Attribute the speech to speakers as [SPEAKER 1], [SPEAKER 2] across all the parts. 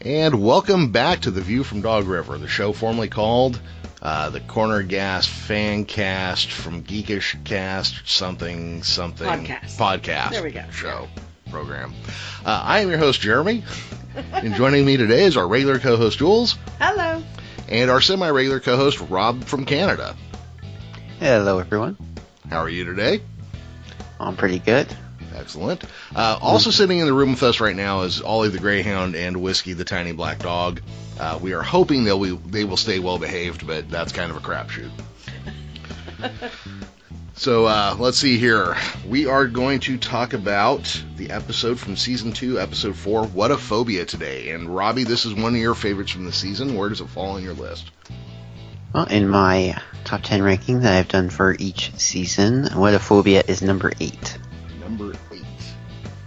[SPEAKER 1] And welcome back to The View from Dog River, the show formerly called uh, the Corner Gas Fan Cast from Geekish Cast something something
[SPEAKER 2] Podcast.
[SPEAKER 1] podcast
[SPEAKER 2] There we go.
[SPEAKER 1] show program. Uh, I am your host Jeremy, and joining me today is our regular co-host Jules
[SPEAKER 2] Hello.
[SPEAKER 1] and our semi-regular co-host Rob from Canada.
[SPEAKER 3] Hello, everyone.
[SPEAKER 1] How are you today?
[SPEAKER 3] I'm pretty good.
[SPEAKER 1] Excellent. Uh, also sitting in the room with us right now is Ollie the Greyhound and Whiskey the Tiny Black Dog. Uh, we are hoping that we they will stay well behaved, but that's kind of a crapshoot. so uh, let's see here. We are going to talk about the episode from season two, episode four, "What a Phobia" today. And Robbie, this is one of your favorites from the season. Where does it fall on your list?
[SPEAKER 3] Well, in my top 10 ranking that I've done for each season, Wetaphobia is number 8.
[SPEAKER 1] Number eight.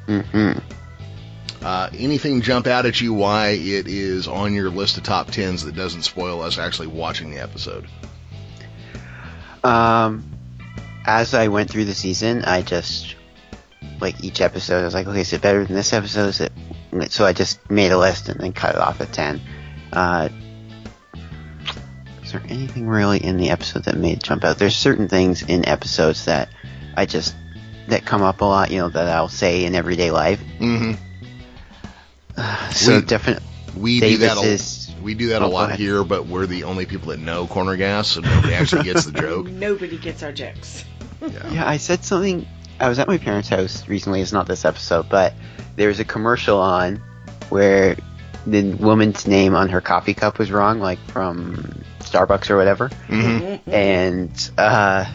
[SPEAKER 3] Mm-hmm.
[SPEAKER 1] Uh, anything jump out at you why it is on your list of top tens that doesn't spoil us actually watching the episode?
[SPEAKER 3] Um, as I went through the season, I just, like, each episode, I was like, okay, is it better than this episode? Is it... So I just made a list and then cut it off at 10. Uh, is there anything really in the episode that made it jump out? There's certain things in episodes that I just, that come up a lot, you know, that I'll say in everyday life.
[SPEAKER 1] hmm
[SPEAKER 3] Mm-hmm. So
[SPEAKER 1] We-
[SPEAKER 3] definitely,
[SPEAKER 1] We do
[SPEAKER 3] Davis
[SPEAKER 1] that. A,
[SPEAKER 3] is
[SPEAKER 1] we do that a
[SPEAKER 3] Oh, go
[SPEAKER 1] lot
[SPEAKER 3] ahead.
[SPEAKER 1] here, but we're the only people that know corner gas, so nobody actually gets the joke.
[SPEAKER 2] Nobody gets our jokes.
[SPEAKER 1] Yeah.
[SPEAKER 3] Yeah, I said something. I was at my parents' house recently. It's not this episode, but there was a commercial on where the woman's name on her coffee cup was wrong, like from Starbucks or whatever.
[SPEAKER 1] Mhm.
[SPEAKER 3] And uh,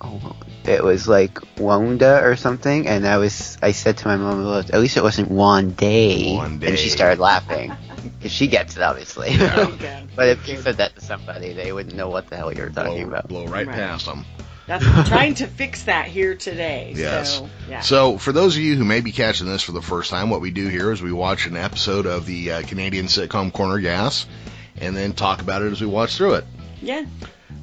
[SPEAKER 3] oh, it was like Wanda or something. And I was, I said to my mom, "Well, at least it wasn't Wande.
[SPEAKER 1] Wande.
[SPEAKER 3] And she started laughing because she gets it, obviously.
[SPEAKER 1] Yeah.
[SPEAKER 2] Oh,
[SPEAKER 3] but if you said that to somebody, they wouldn't know what the hell you were talking
[SPEAKER 1] Blow,
[SPEAKER 3] about.
[SPEAKER 1] blow right,
[SPEAKER 2] Right.
[SPEAKER 1] past them.
[SPEAKER 2] That's we're trying to fix that here today.
[SPEAKER 1] Yes.
[SPEAKER 2] So, yeah.
[SPEAKER 1] So, for those of you who may be catching this for the first time, what we do here is we watch an episode of the uh, Canadian sitcom Corner Gas, and then talk about it as we watch through it.
[SPEAKER 2] yeah.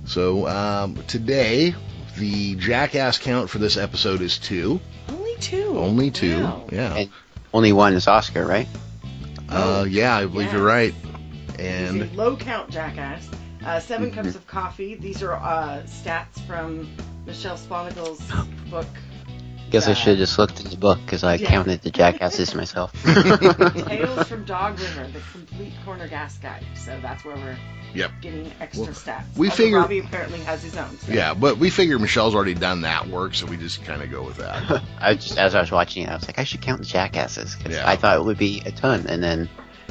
[SPEAKER 1] So, um, today the jackass count for this episode is two,
[SPEAKER 2] Only two.
[SPEAKER 1] only two.
[SPEAKER 2] Wow.
[SPEAKER 1] Yeah,
[SPEAKER 3] And only one is Oscar, right?
[SPEAKER 1] uh, yeah, I believe
[SPEAKER 2] yeah.
[SPEAKER 1] you're right.
[SPEAKER 2] This
[SPEAKER 1] And Mm-hmm.
[SPEAKER 2] is low count jackass. Uh, 7 cups of coffee. These are uh, stats from Michelle Sponigal's book.
[SPEAKER 3] Guess I
[SPEAKER 2] Uh,
[SPEAKER 3] should have just looked at the book because I
[SPEAKER 2] yeah.
[SPEAKER 3] counted the jackasses myself.
[SPEAKER 2] Tales from Dog River, the complete corner gas guide. So that's where we're
[SPEAKER 1] Yep.
[SPEAKER 2] getting extra
[SPEAKER 1] Well,
[SPEAKER 2] stats.
[SPEAKER 1] we
[SPEAKER 2] Although
[SPEAKER 1] figure-
[SPEAKER 2] Robbie apparently has his own. so-
[SPEAKER 1] Yeah, but we figure Michelle's already done that work, so we just kind of go with that.
[SPEAKER 3] I just, as I was watching it, I was like, I should count the jackasses 'cause
[SPEAKER 1] Yeah.
[SPEAKER 3] I thought it would be a ton, and then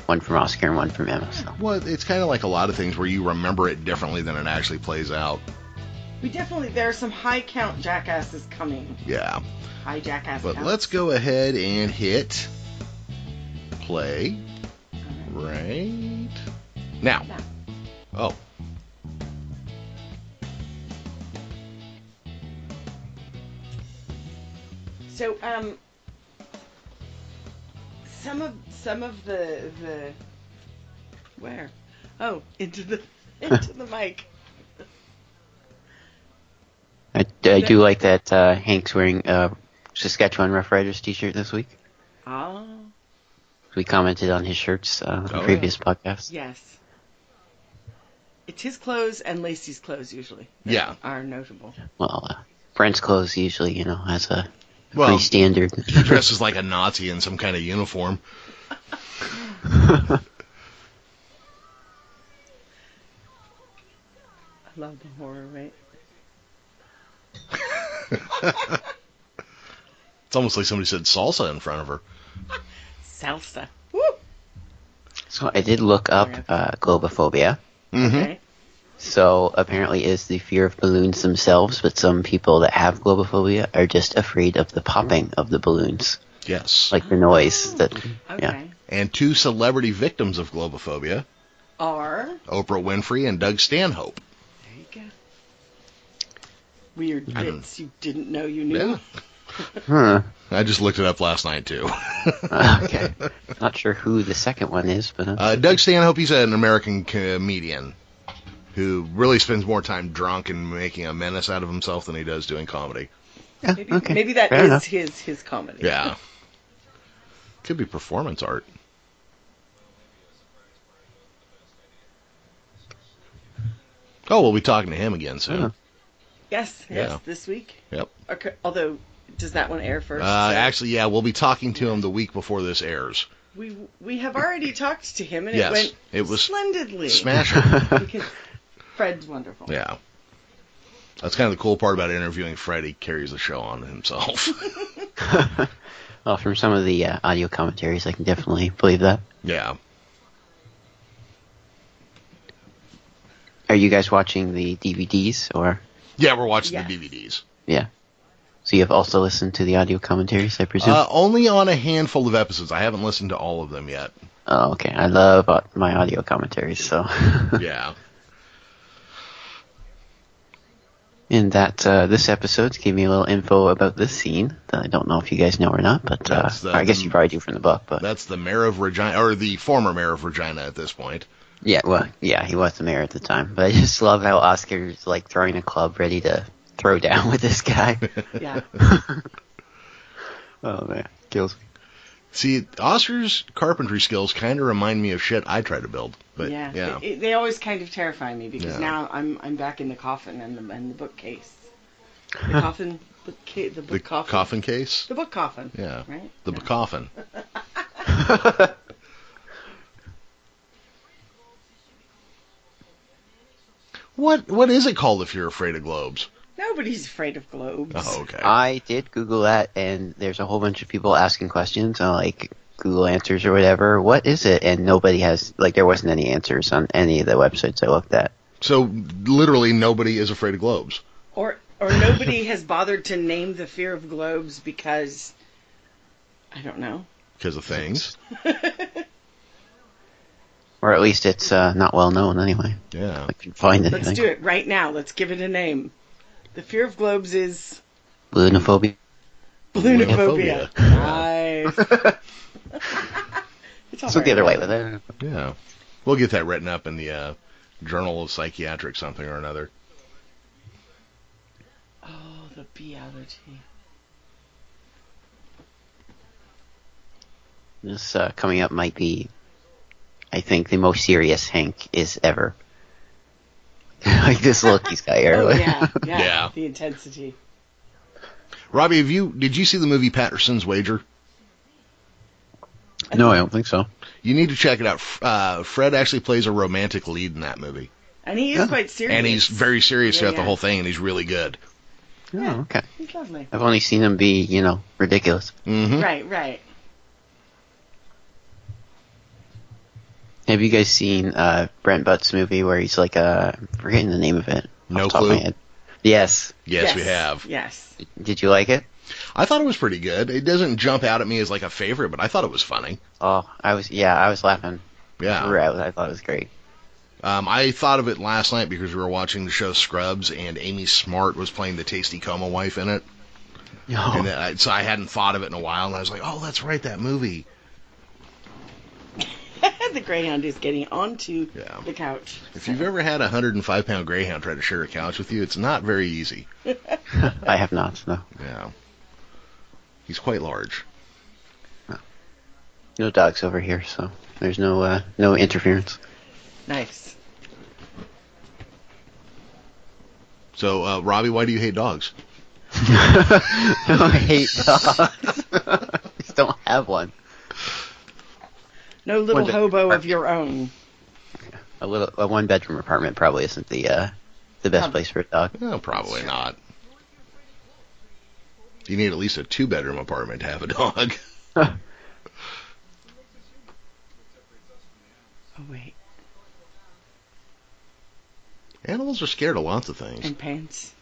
[SPEAKER 3] one from Oscar and one from Emma. So.
[SPEAKER 1] well, it's kind of like a lot of things where you remember it differently than it actually plays out.
[SPEAKER 2] We definitely, there are some high count jackasses coming.
[SPEAKER 1] Yeah.
[SPEAKER 2] High jackass
[SPEAKER 1] But
[SPEAKER 2] counts.
[SPEAKER 1] let's go ahead and hit play right now. Oh.
[SPEAKER 2] So, um, some of some of the the where? Oh, into the into the mic.
[SPEAKER 3] I, I do like that uh, Hank's wearing a Saskatchewan Rough Riders T-shirt this week.
[SPEAKER 2] Ah,
[SPEAKER 3] We commented on his shirts uh, on
[SPEAKER 1] Oh, yeah.
[SPEAKER 3] previous podcasts.
[SPEAKER 2] yes. It's his clothes and Lacey's clothes usually. that
[SPEAKER 1] Yeah.
[SPEAKER 2] are notable.
[SPEAKER 3] Well, uh, Brent's clothes usually, you know, has a
[SPEAKER 1] Well,
[SPEAKER 3] pretty standard.
[SPEAKER 1] he dresses like a Nazi in some kind of uniform.
[SPEAKER 2] I love the horror, right?
[SPEAKER 1] It's almost like somebody said salsa in front of her.
[SPEAKER 2] Salsa. Woo!
[SPEAKER 3] Mm-hmm. so I did look up uh, globophobia.
[SPEAKER 2] Okay.
[SPEAKER 3] So apparently, is the fear of balloons themselves, but some people that have globophobia are just afraid of the popping of the balloons,
[SPEAKER 1] Yes.
[SPEAKER 3] like the noise that. Yeah.
[SPEAKER 2] Okay.
[SPEAKER 1] and two celebrity victims of globophobia,
[SPEAKER 2] Are
[SPEAKER 1] Oprah Winfrey and Doug Stanhope.
[SPEAKER 2] there you go. Weird
[SPEAKER 1] I don't-
[SPEAKER 2] bits you didn't know you knew.
[SPEAKER 1] Yeah.
[SPEAKER 3] Huh.
[SPEAKER 1] I just looked it up last night too.
[SPEAKER 3] okay. Not sure who the second one is, but uh,
[SPEAKER 1] Uh, Doug Stanhope, he's an American comedian who really spends more time drunk and making a menace out of himself than he does doing comedy.
[SPEAKER 3] yeah,
[SPEAKER 2] Maybe,
[SPEAKER 3] okay.
[SPEAKER 2] maybe that is
[SPEAKER 3] Fair enough.
[SPEAKER 2] his his comedy.
[SPEAKER 1] Yeah. Could be performance art. Oh, we'll be talking to him again soon.
[SPEAKER 3] Oh.
[SPEAKER 2] Yes, yes,
[SPEAKER 1] Yeah.
[SPEAKER 2] this week.
[SPEAKER 1] Yep.
[SPEAKER 2] Okay, although, does that one air first?
[SPEAKER 1] Uh,
[SPEAKER 2] So
[SPEAKER 1] actually, yeah, we'll be talking to him the week before this airs.
[SPEAKER 2] we we have already talked to him, and
[SPEAKER 1] Yes,
[SPEAKER 2] it went
[SPEAKER 1] it was
[SPEAKER 2] splendidly.
[SPEAKER 1] Smash. it.
[SPEAKER 2] because Fred's wonderful.
[SPEAKER 1] yeah. That's kind of the cool part about interviewing Fred. He carries the show on himself.
[SPEAKER 3] well, from some of the uh, audio commentaries, I can definitely believe that.
[SPEAKER 1] yeah.
[SPEAKER 3] Are you guys watching the DVDs or?
[SPEAKER 1] Yeah, we're watching
[SPEAKER 2] Yes.
[SPEAKER 1] the DVDs.
[SPEAKER 3] Yeah. So you have also listened to the audio commentaries, I presume.
[SPEAKER 1] Uh, only on a handful of episodes. I haven't listened to all of them yet.
[SPEAKER 3] oh, okay. I love au- my audio commentaries. So,
[SPEAKER 1] Yeah.
[SPEAKER 3] in that uh, this episode gave me a little info about this scene that I don't know if you guys know or not, but uh,
[SPEAKER 1] That's the-
[SPEAKER 3] I guess you probably do from the book. But
[SPEAKER 1] That's the mayor of Regina, or the former mayor of Regina at this point.
[SPEAKER 3] yeah, well, yeah, he was the mayor at the time. But I just love how Oscar's like throwing a club, ready to throw down with this guy.
[SPEAKER 2] Yeah.
[SPEAKER 3] oh man, kills me.
[SPEAKER 1] See, Oscar's carpentry skills kind of remind me of shit I try to build. But
[SPEAKER 2] yeah.
[SPEAKER 1] yeah.
[SPEAKER 2] It- it- they always kind of terrify me because
[SPEAKER 1] Yeah.
[SPEAKER 2] now I'm I'm back in the coffin and the and the bookcase. The coffin, book ca- the book
[SPEAKER 1] The
[SPEAKER 2] coffin.
[SPEAKER 1] coffin. case?
[SPEAKER 2] The book coffin.
[SPEAKER 1] Yeah.
[SPEAKER 2] Right?
[SPEAKER 1] The
[SPEAKER 2] Yeah.
[SPEAKER 1] coffin. What what is it called if you're afraid of globes?
[SPEAKER 2] Nobody's afraid of globes.
[SPEAKER 1] Oh, okay.
[SPEAKER 3] I did Google that, and there's a whole bunch of people asking questions on like Google answers or whatever. What is it? And nobody has like there wasn't any answers on any of the websites I looked at.
[SPEAKER 1] so literally nobody is afraid of globes.
[SPEAKER 2] Or or nobody has bothered to name the fear of globes because I don't know.
[SPEAKER 1] because of things.
[SPEAKER 3] Or at least it's uh, not well known anyway.
[SPEAKER 1] Yeah.
[SPEAKER 3] I couldn't find anything.
[SPEAKER 2] Let's do it right now. Let's give it a name. The fear of globes is
[SPEAKER 3] Lunophobia.
[SPEAKER 2] balloonophobia.
[SPEAKER 1] Balloonophobia.
[SPEAKER 2] Nice. it's all
[SPEAKER 3] So the
[SPEAKER 2] right.
[SPEAKER 3] other way with it.
[SPEAKER 1] Yeah. We'll get that written up in the uh, Journal of Psychiatric something or another.
[SPEAKER 2] Oh, the bee allergy.
[SPEAKER 3] This uh, coming up might be, I think, the most serious Hank is ever. like this look he's got here.
[SPEAKER 2] Oh
[SPEAKER 3] like-
[SPEAKER 2] yeah, yeah,
[SPEAKER 1] Yeah.
[SPEAKER 2] The intensity.
[SPEAKER 1] Robbie, have you did you see the movie Patterson's Wager?
[SPEAKER 3] no, I don't think so.
[SPEAKER 1] You need to check it out. F- Uh, Fred actually plays a romantic lead in that movie,
[SPEAKER 2] And he is
[SPEAKER 3] Yeah.
[SPEAKER 2] quite serious.
[SPEAKER 1] and he's very serious
[SPEAKER 2] Yeah,
[SPEAKER 1] throughout the
[SPEAKER 2] yeah.
[SPEAKER 1] whole thing, and he's really good.
[SPEAKER 3] Oh, okay.
[SPEAKER 2] He's lovely.
[SPEAKER 3] I've only seen him be, you know, ridiculous.
[SPEAKER 1] hmm
[SPEAKER 2] Right, right.
[SPEAKER 3] Have you guys seen uh, Brent Butt's movie where he's like, uh, I'm forgetting the name of it? off
[SPEAKER 1] No
[SPEAKER 3] the top of my
[SPEAKER 1] clue.
[SPEAKER 3] head. Yes.
[SPEAKER 1] Yes, we have.
[SPEAKER 2] Yes.
[SPEAKER 3] Did you like it?
[SPEAKER 1] I thought it was pretty good. It doesn't jump out at me as like a favorite, but I thought it was funny.
[SPEAKER 3] Oh, I was, yeah, I was laughing
[SPEAKER 1] Yeah.
[SPEAKER 3] throughout. I thought it was great.
[SPEAKER 1] Um, I thought of it last night because we were watching the show Scrubs, and Amy Smart was playing the Tasty Coma wife in it.
[SPEAKER 3] Oh.
[SPEAKER 1] And then I, so I hadn't thought of it in a while, and I was like, "Oh, that's right, that movie."
[SPEAKER 2] the greyhound is getting onto
[SPEAKER 1] Yeah.
[SPEAKER 2] the couch.
[SPEAKER 1] If you've ever had a 105 pound greyhound try to share a couch with you, it's not very easy.
[SPEAKER 3] I have not, no.
[SPEAKER 1] Yeah, he's quite large.
[SPEAKER 3] No dogs over here, so there's no, uh, no interference.
[SPEAKER 2] Nice.
[SPEAKER 1] So, uh, Robbie, why do you hate dogs?
[SPEAKER 3] I hate dogs. Just don't have one.
[SPEAKER 2] No little
[SPEAKER 3] Wonder-
[SPEAKER 2] hobo of your own.
[SPEAKER 3] A little, a one bedroom apartment probably isn't the, uh, the best place for a dog.
[SPEAKER 1] No, probably not. You need at least a two bedroom apartment to have a dog.
[SPEAKER 2] Oh wait.
[SPEAKER 1] Animals are scared of lots of things.
[SPEAKER 2] And pants.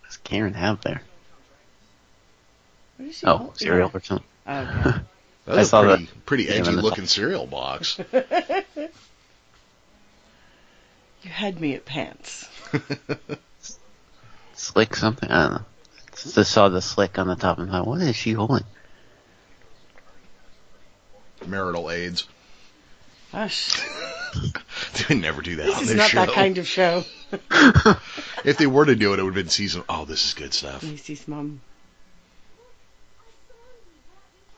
[SPEAKER 3] What does Karen have there?
[SPEAKER 2] What is she
[SPEAKER 3] Oh,
[SPEAKER 2] holding?
[SPEAKER 3] cereal or something.
[SPEAKER 2] Yeah. Okay.
[SPEAKER 1] That's
[SPEAKER 3] I
[SPEAKER 1] a
[SPEAKER 3] saw
[SPEAKER 1] pretty, pretty
[SPEAKER 3] Yeah, on
[SPEAKER 1] edgy
[SPEAKER 3] the top.
[SPEAKER 1] looking cereal box.
[SPEAKER 2] You had me at pants.
[SPEAKER 3] Slick something? I don't know. Just saw the slick on the top and thought, what is she holding?
[SPEAKER 1] Marital aids.
[SPEAKER 2] Hush.
[SPEAKER 1] They would never do that
[SPEAKER 2] This
[SPEAKER 1] on
[SPEAKER 2] is
[SPEAKER 1] this
[SPEAKER 2] not
[SPEAKER 1] show.
[SPEAKER 2] that kind of show.
[SPEAKER 1] If they were to do it, it would have been season. Oh, this is good stuff.
[SPEAKER 2] Macy's mom.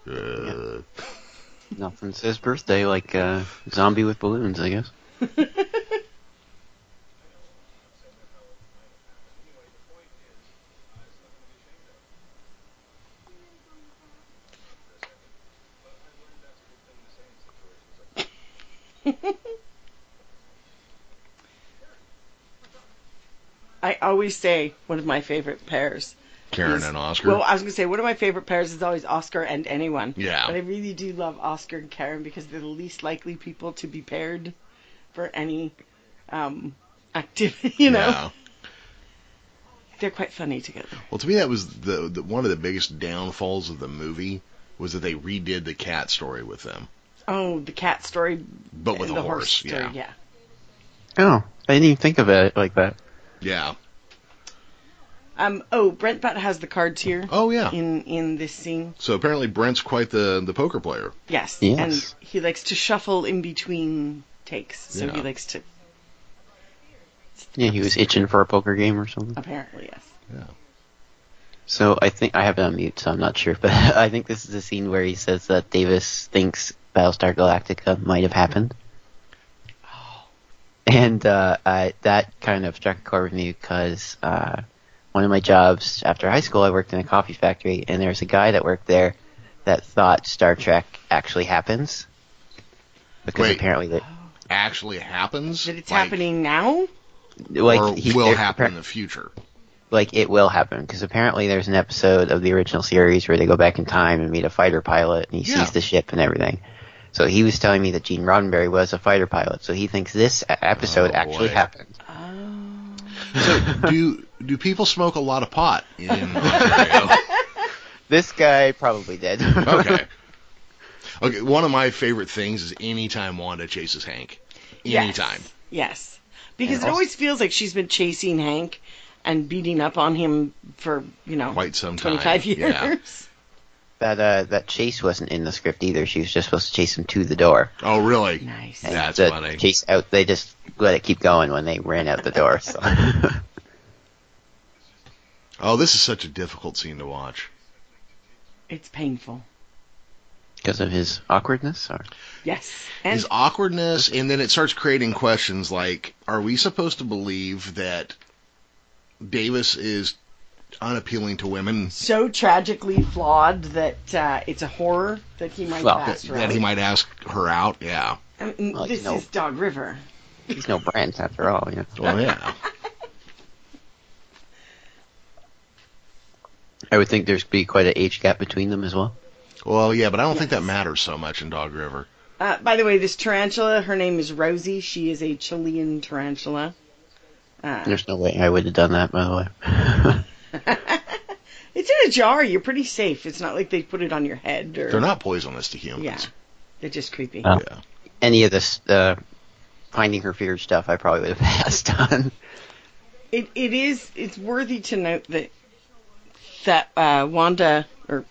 [SPEAKER 1] Uh,
[SPEAKER 3] Nothing says birthday like uh, zombie with balloons, I guess.
[SPEAKER 2] I always say one of my favorite pairs.
[SPEAKER 1] Karen
[SPEAKER 2] is-
[SPEAKER 1] and Oscar.
[SPEAKER 2] Well, I was going to say one of my favorite pairs is always Oscar and anyone.
[SPEAKER 1] Yeah.
[SPEAKER 2] But I really do love Oscar and Karen because they're the least likely people to be paired for any um, activity. You know,
[SPEAKER 1] Yeah.
[SPEAKER 2] they're quite funny together.
[SPEAKER 1] Well, to me, that was the, the one of the biggest downfalls of the movie was that they redid the cat story with them,
[SPEAKER 2] Oh, the cat story
[SPEAKER 1] but with
[SPEAKER 2] and
[SPEAKER 1] a
[SPEAKER 2] the horse,
[SPEAKER 1] horse.
[SPEAKER 2] story.
[SPEAKER 1] yeah.
[SPEAKER 2] yeah.
[SPEAKER 3] Oh, I didn't even think of it like that.
[SPEAKER 1] Yeah.
[SPEAKER 2] Um. Oh, Brent Butt has the cards here
[SPEAKER 1] Oh yeah.
[SPEAKER 2] in in this scene.
[SPEAKER 1] So apparently Brent's quite the the poker player.
[SPEAKER 2] Yes.
[SPEAKER 3] Yes.
[SPEAKER 2] And he likes to shuffle in between takes, so
[SPEAKER 1] Yeah.
[SPEAKER 2] he likes to
[SPEAKER 3] Yeah, he was itching for a poker game or something.
[SPEAKER 2] apparently yes.
[SPEAKER 3] So I think I have it on mute, so I'm not sure, but I think this is the scene where he says that Davis thinks Battlestar Galactica might have happened. And uh, I, that kind of struck a chord with me because uh, one of my jobs after high school, I worked in a coffee factory, and there was a guy that worked there that thought Star Trek actually happens because
[SPEAKER 1] Wait.
[SPEAKER 3] apparently, the,
[SPEAKER 1] Actually happens.
[SPEAKER 2] That it's
[SPEAKER 1] like-
[SPEAKER 2] happening now.
[SPEAKER 3] like
[SPEAKER 1] or
[SPEAKER 3] he-
[SPEAKER 1] will
[SPEAKER 3] there-
[SPEAKER 1] happen in the future.
[SPEAKER 3] like it will happen because apparently there's an episode of the original series where they go back in time and meet a fighter pilot and he
[SPEAKER 1] Yeah.
[SPEAKER 3] sees the ship and everything. So he was telling me that Gene Roddenberry was a fighter pilot, so he thinks this a- episode
[SPEAKER 1] Oh,
[SPEAKER 3] actually
[SPEAKER 1] boy.
[SPEAKER 3] happened.
[SPEAKER 2] Oh.
[SPEAKER 1] do do people smoke a lot of pot in Ontario?
[SPEAKER 3] This guy probably did.
[SPEAKER 1] okay. Okay, one of my favorite things is anytime Wanda chases Hank. Anytime.
[SPEAKER 2] Yes. yes. Because
[SPEAKER 3] And
[SPEAKER 2] it
[SPEAKER 3] also-
[SPEAKER 2] always feels like she's been chasing Hank and beating up on him for, you know,
[SPEAKER 1] Quite some time.
[SPEAKER 2] 25
[SPEAKER 1] Yeah.
[SPEAKER 2] years.
[SPEAKER 3] that uh, that chase wasn't in the script either. She was just supposed to chase him to the door.
[SPEAKER 1] Oh, really?
[SPEAKER 2] Nice.
[SPEAKER 3] And
[SPEAKER 1] That's
[SPEAKER 3] the
[SPEAKER 1] funny.
[SPEAKER 3] Chase out. They just let it keep going when they ran out the door. So.
[SPEAKER 1] Oh, this is such a difficult scene to watch.
[SPEAKER 2] It's painful.
[SPEAKER 3] Because of his awkwardness, or
[SPEAKER 2] Yes. And
[SPEAKER 1] His awkwardness, and then it starts creating questions like, are we supposed to believe that Davis is unappealing to women?
[SPEAKER 2] so tragically flawed that uh, it's a horror that he might
[SPEAKER 3] Well,
[SPEAKER 2] pass around.
[SPEAKER 1] That he might ask her out? Yeah.
[SPEAKER 2] I mean,
[SPEAKER 3] Well,
[SPEAKER 2] this
[SPEAKER 3] you know-
[SPEAKER 2] is Dog River.
[SPEAKER 3] he's no Brent after all. You know.
[SPEAKER 1] Well, yeah.
[SPEAKER 3] I would think there's be quite an age gap between them as well.
[SPEAKER 1] Well, yeah, but I don't think that matters so much in Dog River.
[SPEAKER 2] Uh, by the way, this tarantula, her name is Rosie. She is a Chilean tarantula. Uh,
[SPEAKER 3] There's no way I would have done that, by the way.
[SPEAKER 2] it's in a jar. You're pretty safe. It's not like they put it on your head or.
[SPEAKER 1] They're not Uh, poisonous to
[SPEAKER 2] Yeah.
[SPEAKER 1] humans.
[SPEAKER 2] They're just creepy.
[SPEAKER 3] Oh.
[SPEAKER 1] yeah.
[SPEAKER 3] Any of this uh, finding her fear stuff, I probably would have passed on.
[SPEAKER 2] It it is it's worthy to note that that uh, Wanda or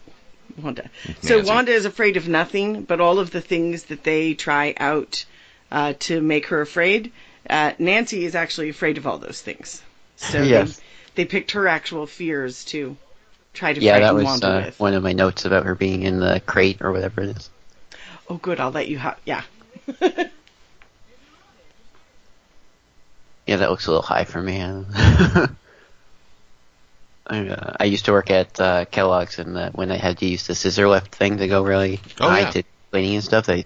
[SPEAKER 2] Wanda. So
[SPEAKER 1] Nancy.
[SPEAKER 2] Wanda is afraid of nothing, but all of the things that they try out uh, to make her afraid. Uh, Nancy is actually afraid of all those things. So
[SPEAKER 3] Yes.
[SPEAKER 2] they, they picked her actual fears to try to
[SPEAKER 3] Yeah,
[SPEAKER 2] frighten
[SPEAKER 3] that was
[SPEAKER 2] Wanda
[SPEAKER 3] uh,
[SPEAKER 2] with.
[SPEAKER 3] one of my notes about her being in the crate or whatever it is.
[SPEAKER 2] Oh, good. I'll let you. Ha- yeah.
[SPEAKER 3] Yeah, that looks a little high for me. I, uh, I used to work at uh, Kellogg's, and uh, when I had to use the scissor lift thing to go really
[SPEAKER 1] Oh,
[SPEAKER 3] high
[SPEAKER 1] yeah.
[SPEAKER 3] to cleaning and stuff, they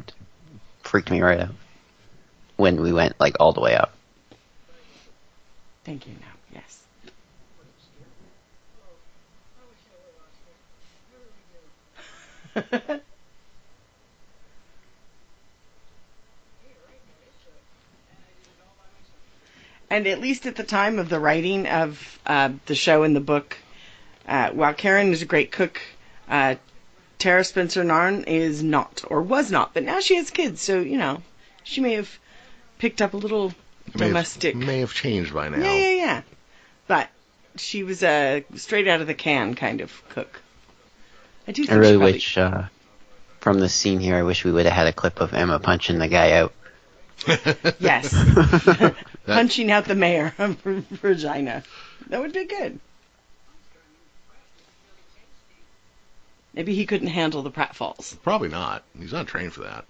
[SPEAKER 3] freaked me right out. When we went like all the way up.
[SPEAKER 2] Thank you. Now, yes. and at least at the time of the writing of uh, the show and the book, uh, while Karen is a great cook, uh, Tara Spencer Narn is not, or was not, but now she has kids, so you know she may have picked up a little
[SPEAKER 1] May have-
[SPEAKER 2] domestic.
[SPEAKER 1] may have changed by now.
[SPEAKER 2] Yeah, yeah, yeah. But she was a straight out of the can kind of cook. I do.
[SPEAKER 3] I
[SPEAKER 2] Think she
[SPEAKER 3] really
[SPEAKER 2] probably-
[SPEAKER 3] wish uh, from this scene here. I wish we would have had a clip of Emma punching the guy out.
[SPEAKER 2] Yes, punching out the mayor of Regina. That would be good. Maybe he couldn't handle the pratfalls.
[SPEAKER 1] Probably not. He's not trained for that.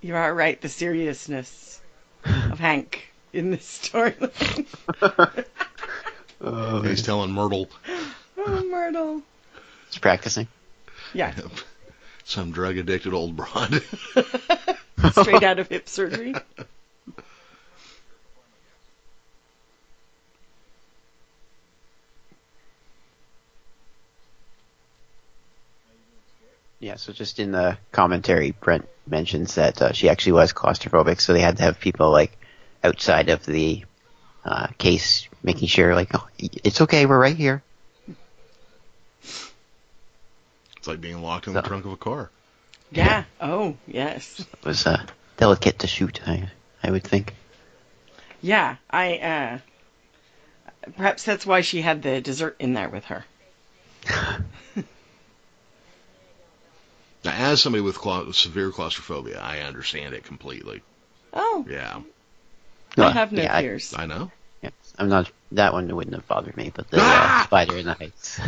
[SPEAKER 2] You are right. The seriousness of Hank in this storyline.
[SPEAKER 3] Oh,
[SPEAKER 1] He's
[SPEAKER 3] he's
[SPEAKER 1] telling Myrtle
[SPEAKER 2] oh, Myrtle.
[SPEAKER 3] practicing.
[SPEAKER 2] Yeah,
[SPEAKER 1] some drug addicted old broad.
[SPEAKER 2] straight out of hip surgery.
[SPEAKER 3] Yeah, so just in the commentary, Brent mentions that uh, she actually was claustrophobic, so they had to have people like outside of the uh, case making sure, like, oh, it's okay, we're right here.
[SPEAKER 1] it's like being locked in the
[SPEAKER 3] No.
[SPEAKER 1] trunk of a car.
[SPEAKER 2] Yeah. Oh, yes.
[SPEAKER 3] It was uh, delicate to shoot, I, I would think.
[SPEAKER 2] Yeah, I. uh Perhaps that's why she had the dessert in there with her.
[SPEAKER 1] Now, as somebody with clau- severe claustrophobia, I understand it completely.
[SPEAKER 2] Oh,
[SPEAKER 1] Yeah,
[SPEAKER 2] I
[SPEAKER 3] Well,
[SPEAKER 2] have no
[SPEAKER 3] yeah, I-
[SPEAKER 2] fears.
[SPEAKER 1] I know.
[SPEAKER 3] yeah, I'm not. That one wouldn't have bothered me, but the
[SPEAKER 1] Ah!
[SPEAKER 3] uh, spider in the heights.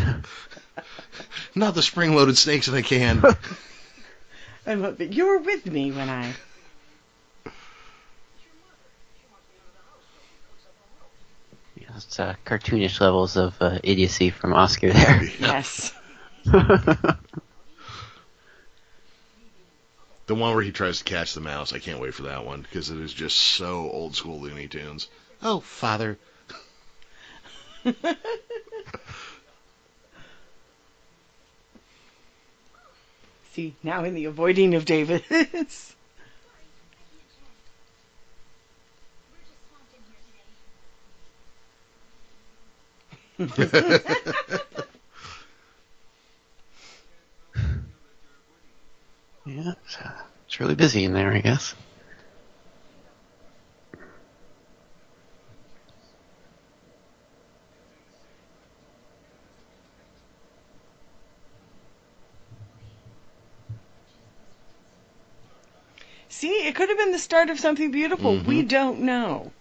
[SPEAKER 1] Not the spring-loaded snakes in a can.
[SPEAKER 2] I love it. You were uh, with me when I.
[SPEAKER 3] Yeah, It's uh, cartoonish levels of uh, idiocy from Oscar there.
[SPEAKER 2] Yes.
[SPEAKER 1] The one where he tries to catch the mouse. I can't wait for that one because it is just so old school Looney Tunes. Oh, father.
[SPEAKER 2] See, now in the avoiding of Davis.
[SPEAKER 3] yeah, it's, uh, it's really busy in there, I guess.
[SPEAKER 2] See, it could have been the start of something beautiful. We
[SPEAKER 3] Mm-hmm.
[SPEAKER 2] don't know.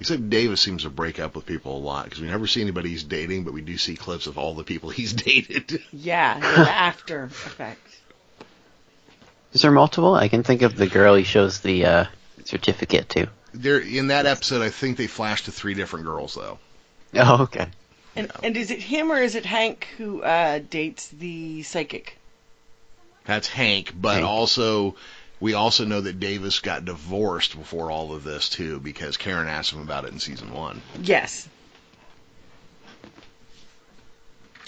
[SPEAKER 1] Except Davis seems to break up with people a lot because we never see anybody he's dating, but we do see clips of all the people he's dated.
[SPEAKER 2] Yeah, the after effect.
[SPEAKER 3] Is there multiple? I can think of the girl he shows the uh, certificate to.
[SPEAKER 1] There, in that episode, I think they flashed to three different girls though.
[SPEAKER 3] Oh, okay.
[SPEAKER 2] And, and is it him or is it Hank who uh, dates the psychic?
[SPEAKER 1] That's Hank, but
[SPEAKER 3] Hank.
[SPEAKER 1] also we also know that Davis got divorced before all of this too because Karen asked him about it in season one.
[SPEAKER 2] Yes.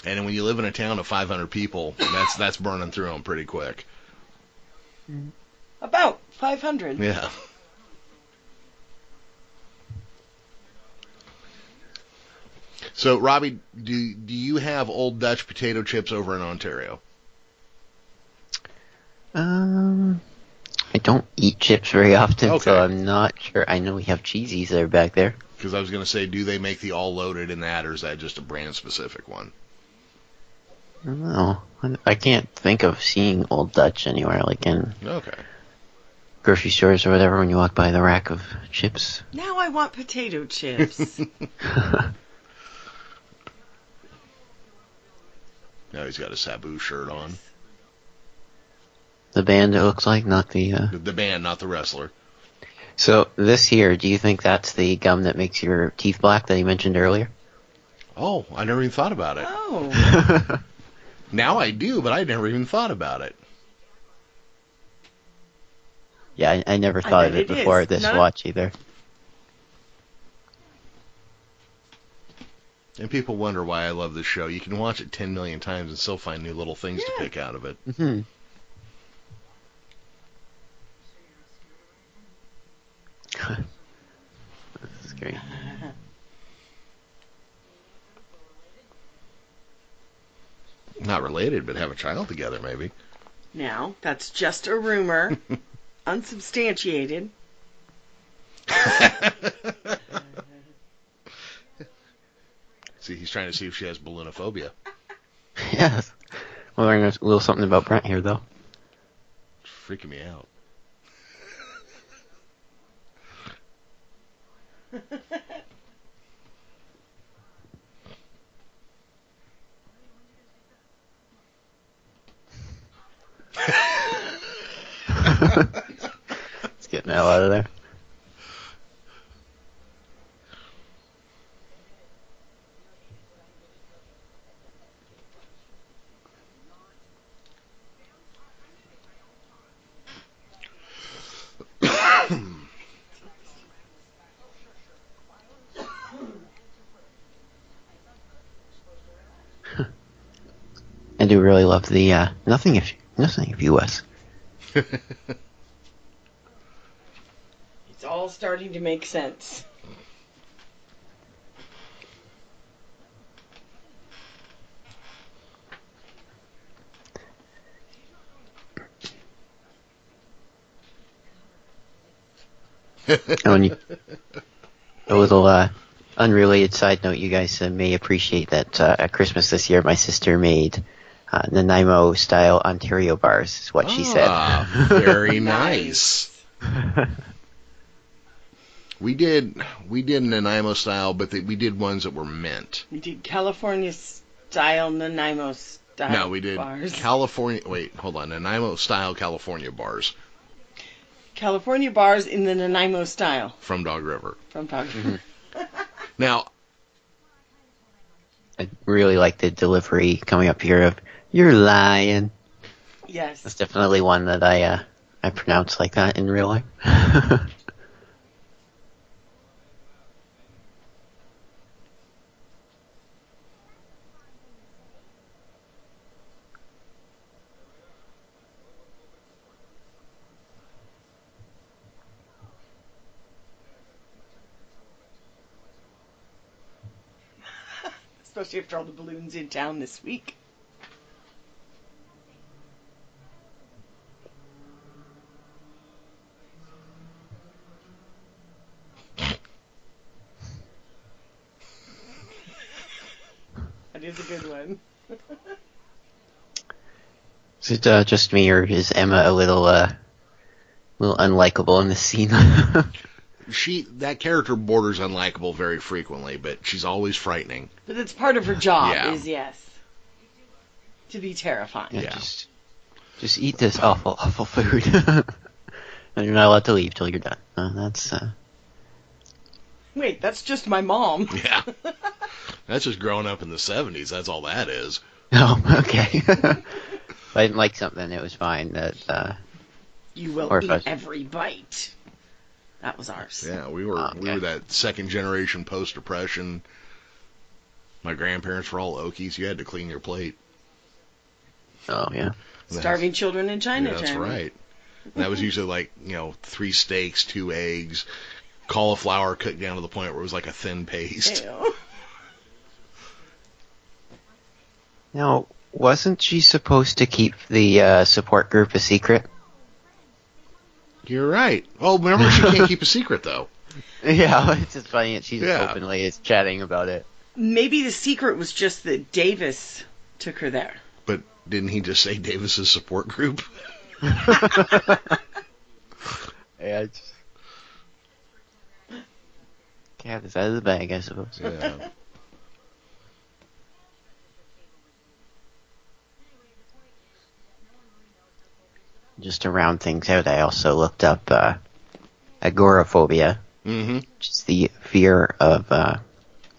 [SPEAKER 1] And when you live in a town of 500 people, that's that's burning through them pretty quick.
[SPEAKER 2] About 500.
[SPEAKER 1] Yeah. So Robbie, do do you have old Dutch potato chips over in Ontario?
[SPEAKER 3] Um, I don't eat chips very often,
[SPEAKER 1] Okay.
[SPEAKER 3] so I'm not sure. I know we have cheesies that are back there.
[SPEAKER 1] Because I was going to say, do they make the all loaded in that, or is that just a brand specific one?
[SPEAKER 3] I don't know. I- I can't think of seeing Old Dutch anywhere, like in
[SPEAKER 1] Okay.
[SPEAKER 3] grocery stores or whatever. When you walk by the rack of chips,
[SPEAKER 2] Now I want potato chips.
[SPEAKER 1] Now he's got a Sabu shirt on.
[SPEAKER 3] the band it looks like, not the. Uh...
[SPEAKER 1] The- The band, not the wrestler.
[SPEAKER 3] So this here, do you think that's the gum that makes your teeth black that you mentioned earlier?
[SPEAKER 1] Oh, I never even thought about it.
[SPEAKER 2] oh.
[SPEAKER 1] Now I do, but I never even thought about it.
[SPEAKER 3] Yeah, I, I never
[SPEAKER 2] I
[SPEAKER 3] thought of
[SPEAKER 2] bet
[SPEAKER 3] it,
[SPEAKER 2] it
[SPEAKER 3] before
[SPEAKER 2] is.
[SPEAKER 3] this
[SPEAKER 2] No.
[SPEAKER 3] watch either.
[SPEAKER 1] And people wonder why I love this show. You can watch it 10 million times and still find new little things to
[SPEAKER 2] Yeah.
[SPEAKER 1] pick out of it.
[SPEAKER 3] Hmm. this is great.
[SPEAKER 1] Not related, but have a child together, maybe.
[SPEAKER 2] Now, that's just a rumor, unsubstantiated.
[SPEAKER 1] See, he's trying to see if she has balloonophobia.
[SPEAKER 3] Yes. We'll learn a little something about Brent here, though.
[SPEAKER 1] freaking me out.
[SPEAKER 3] It's getting the hell out of there. I do really love the uh, nothing if nothing if you us.
[SPEAKER 2] It's all starting to make sense.
[SPEAKER 3] And when you, a little uh, unrelated side note, you guys uh, may appreciate that uh, at Christmas this year, my sister made uh, Nanaimo style Ontario bars, is what she said.
[SPEAKER 1] Ah, very nice. We did we did Nanaimo style, but the, we did ones that were mint.
[SPEAKER 2] We did California style, Nanaimo style.
[SPEAKER 1] No, we did
[SPEAKER 2] bars.
[SPEAKER 1] California. Wait, hold on. Nanaimo style California bars
[SPEAKER 2] California bars in the Nanaimo style
[SPEAKER 1] from Dog River.
[SPEAKER 2] from Dog.
[SPEAKER 1] Mm-hmm. Now,
[SPEAKER 3] I really like the delivery coming up here of, you're lying.
[SPEAKER 2] Yes.
[SPEAKER 3] That's definitely one that I, uh, I pronounce like that in real life.
[SPEAKER 2] Especially after all the balloons in town this week. That is a good one.
[SPEAKER 3] is it uh, just me, or is Emma a little, uh, little unlikable in this scene?
[SPEAKER 1] she that character borders unlikable very frequently, but she's always frightening.
[SPEAKER 2] But that's part of her job,
[SPEAKER 1] Yeah.
[SPEAKER 2] is yes. To be terrifying.
[SPEAKER 3] Yeah,
[SPEAKER 1] Yeah.
[SPEAKER 3] Just, just eat this awful, awful food. and you're not allowed to leave till you're done. Uh, that's uh,
[SPEAKER 2] Wait, that's just my mom.
[SPEAKER 1] Yeah, that's just growing up in the '70s. That's all that is.
[SPEAKER 3] oh, okay. if I didn't like something, it was fine. That uh,
[SPEAKER 2] You will
[SPEAKER 3] Or if
[SPEAKER 2] eat
[SPEAKER 3] I-
[SPEAKER 2] every bite. That was ours.
[SPEAKER 1] Yeah, we were
[SPEAKER 3] Oh,
[SPEAKER 1] we
[SPEAKER 3] okay.
[SPEAKER 1] were that second generation post depression. My grandparents were all Okies. You had to clean your plate.
[SPEAKER 3] oh yeah,
[SPEAKER 2] Starving children in
[SPEAKER 1] Yeah,
[SPEAKER 2] Chinatown.
[SPEAKER 1] that's right. And that was usually like you know three steaks, two eggs, cauliflower cooked down to the point where it was like a thin paste.
[SPEAKER 2] Ew.
[SPEAKER 3] Now, wasn't she supposed to keep the uh, support group a secret?
[SPEAKER 1] You're right. Oh, remember she can't keep a secret though.
[SPEAKER 3] Yeah, it's just funny that she's
[SPEAKER 1] Yeah.
[SPEAKER 3] openly is chatting about it.
[SPEAKER 2] Maybe the secret was just that Davis took her there.
[SPEAKER 1] But didn't he just say Davis's support group?
[SPEAKER 3] Yeah, it's just... Cat is out of the bag, I suppose.
[SPEAKER 1] Yeah.
[SPEAKER 3] Just to round things out, I also looked up uh, agoraphobia,
[SPEAKER 1] mm-hmm.
[SPEAKER 3] which is the fear of uh,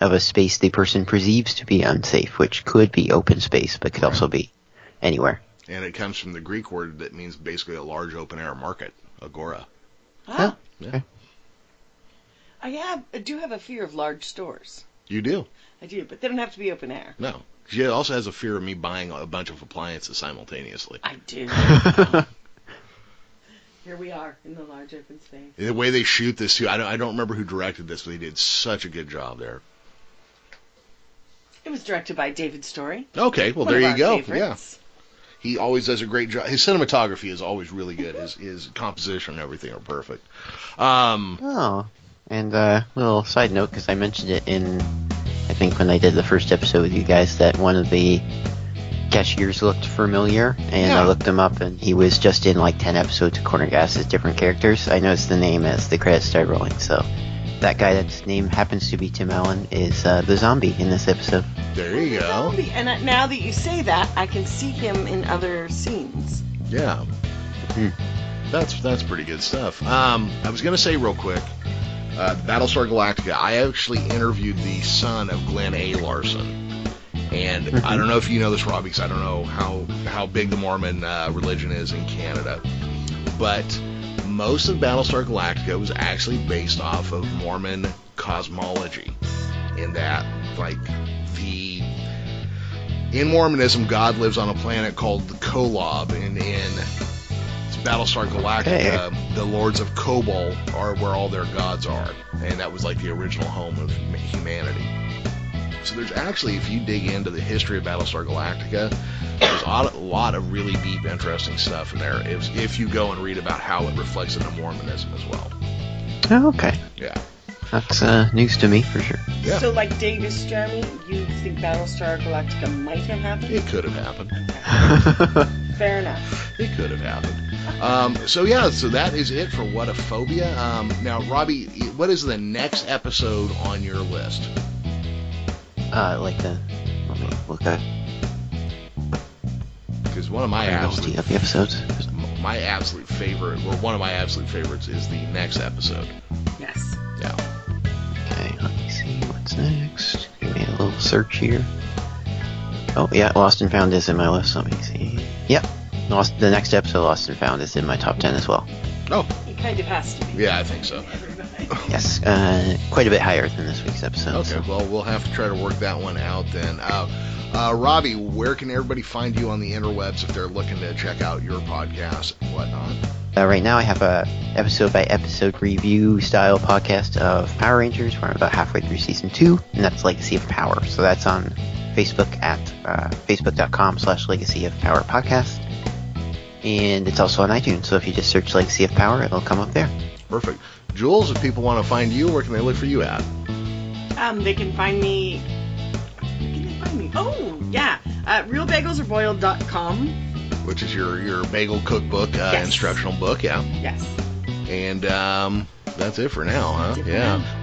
[SPEAKER 3] of a space the person perceives to be unsafe, which could be open space, but could also be anywhere.
[SPEAKER 1] And it comes from the Greek word that means basically a large open air market, agora.
[SPEAKER 2] Ah,
[SPEAKER 1] Yeah.
[SPEAKER 2] I, have, I do have a fear of large stores.
[SPEAKER 1] You do.
[SPEAKER 2] I do, but they don't have to be open air.
[SPEAKER 1] No. She also has a fear of me buying a bunch of appliances simultaneously.
[SPEAKER 2] I do. Here we are in the large open space.
[SPEAKER 1] The way they shoot this too, I don't, I don't remember who directed this, but they did such a good job there.
[SPEAKER 2] It was directed by David Story.
[SPEAKER 1] Okay, well
[SPEAKER 2] one
[SPEAKER 1] there
[SPEAKER 2] of
[SPEAKER 1] you
[SPEAKER 2] our
[SPEAKER 1] go. Yeah,
[SPEAKER 2] Favorites.
[SPEAKER 1] he always does a great job. His cinematography is always really good. His his composition and everything are perfect. Um,
[SPEAKER 3] Oh, and a uh, little side note because I mentioned it in, I think when I did the first episode with you guys that one of the cashiers looked familiar, and
[SPEAKER 1] Yeah.
[SPEAKER 3] I looked him up, and he was just in like 10 episodes of Corner Gas as different characters. I noticed the name as the credits started rolling, so that guy that's name happens to be Tim Allen is uh, the zombie in this episode.
[SPEAKER 1] There you go.
[SPEAKER 2] Zombie. And I, now that you say that, I can see him in other scenes.
[SPEAKER 1] Yeah.
[SPEAKER 3] Hmm.
[SPEAKER 1] That's that's pretty good stuff. Um, I was gonna say real quick, uh, Battlestar Galactica. I actually interviewed the son of Glenn A. Larson, and I don't know if you know this, Rob, because I don't know how how big the Mormon uh, religion is in Canada, but most of Battlestar Galactica was actually based off of Mormon cosmology, in that like the in Mormonism, God lives on a planet called the Kolob, and in Battlestar Galactica, the Lords of Kobol are where all their gods are, and that was like the original home of hum- humanity. So there's actually, if you dig into the history of Battlestar Galactica, there's a lot- a lot of really deep, interesting stuff in there. If if you go and read about how it reflects into Mormonism as well,
[SPEAKER 3] Oh, okay.
[SPEAKER 1] yeah,
[SPEAKER 3] That's uh, news to me for sure.
[SPEAKER 1] yeah,
[SPEAKER 2] So, like Davis, Jeremy, you think Battlestar Galactica might have happened?
[SPEAKER 1] it could have happened.
[SPEAKER 3] Uh,
[SPEAKER 2] Fair enough.
[SPEAKER 1] It could have happened. Um, so yeah, so that is it for what a phobia. Um, now, Robbie, what is the next episode on your list?
[SPEAKER 3] uh, like the. Let me look at
[SPEAKER 1] Because one of my
[SPEAKER 3] the
[SPEAKER 1] absolute,
[SPEAKER 3] chronology of the episodes.
[SPEAKER 1] my absolute favorite, or one of my absolute favorites, is the next episode.
[SPEAKER 2] Yes.
[SPEAKER 1] Yeah.
[SPEAKER 3] Okay, let me see what's next. Give me a little search here. Oh yeah, Lost and Found is in my list. Let me see. Yep, Lost. The next episode, of Lost and Found, is in my top ten as well.
[SPEAKER 1] Oh,
[SPEAKER 2] It kind of has to be.
[SPEAKER 1] yeah, I think so.
[SPEAKER 3] Yes, uh, quite a bit higher than this week's episode.
[SPEAKER 1] Okay,
[SPEAKER 3] so.
[SPEAKER 1] well, we'll have to try to work that one out then. Uh, uh, Robbie, where can everybody find you on the interwebs if they're looking to check out your podcast and whatnot?
[SPEAKER 3] Uh, right now, I have a episode by episode review style podcast of Power Rangers. Where I'm about halfway through season two, and that's Legacy of Power. So that's on Facebook at uh, facebook.com/slash Legacy of Power podcast, and it's also on iTunes. So if you just search Legacy of Power, it'll come up there.
[SPEAKER 1] Perfect. Jules, if people want to find you, where can they look for you at?
[SPEAKER 2] Um, they can find me. Where can they find me? Oh, yeah. Uh, realbagelsaboiled.com.
[SPEAKER 1] Which is your your bagel cookbook uh,
[SPEAKER 2] Yes.
[SPEAKER 1] instructional book, yeah.
[SPEAKER 2] Yes.
[SPEAKER 1] And um, that's it for now, huh?
[SPEAKER 2] That's it for
[SPEAKER 1] yeah.
[SPEAKER 2] now.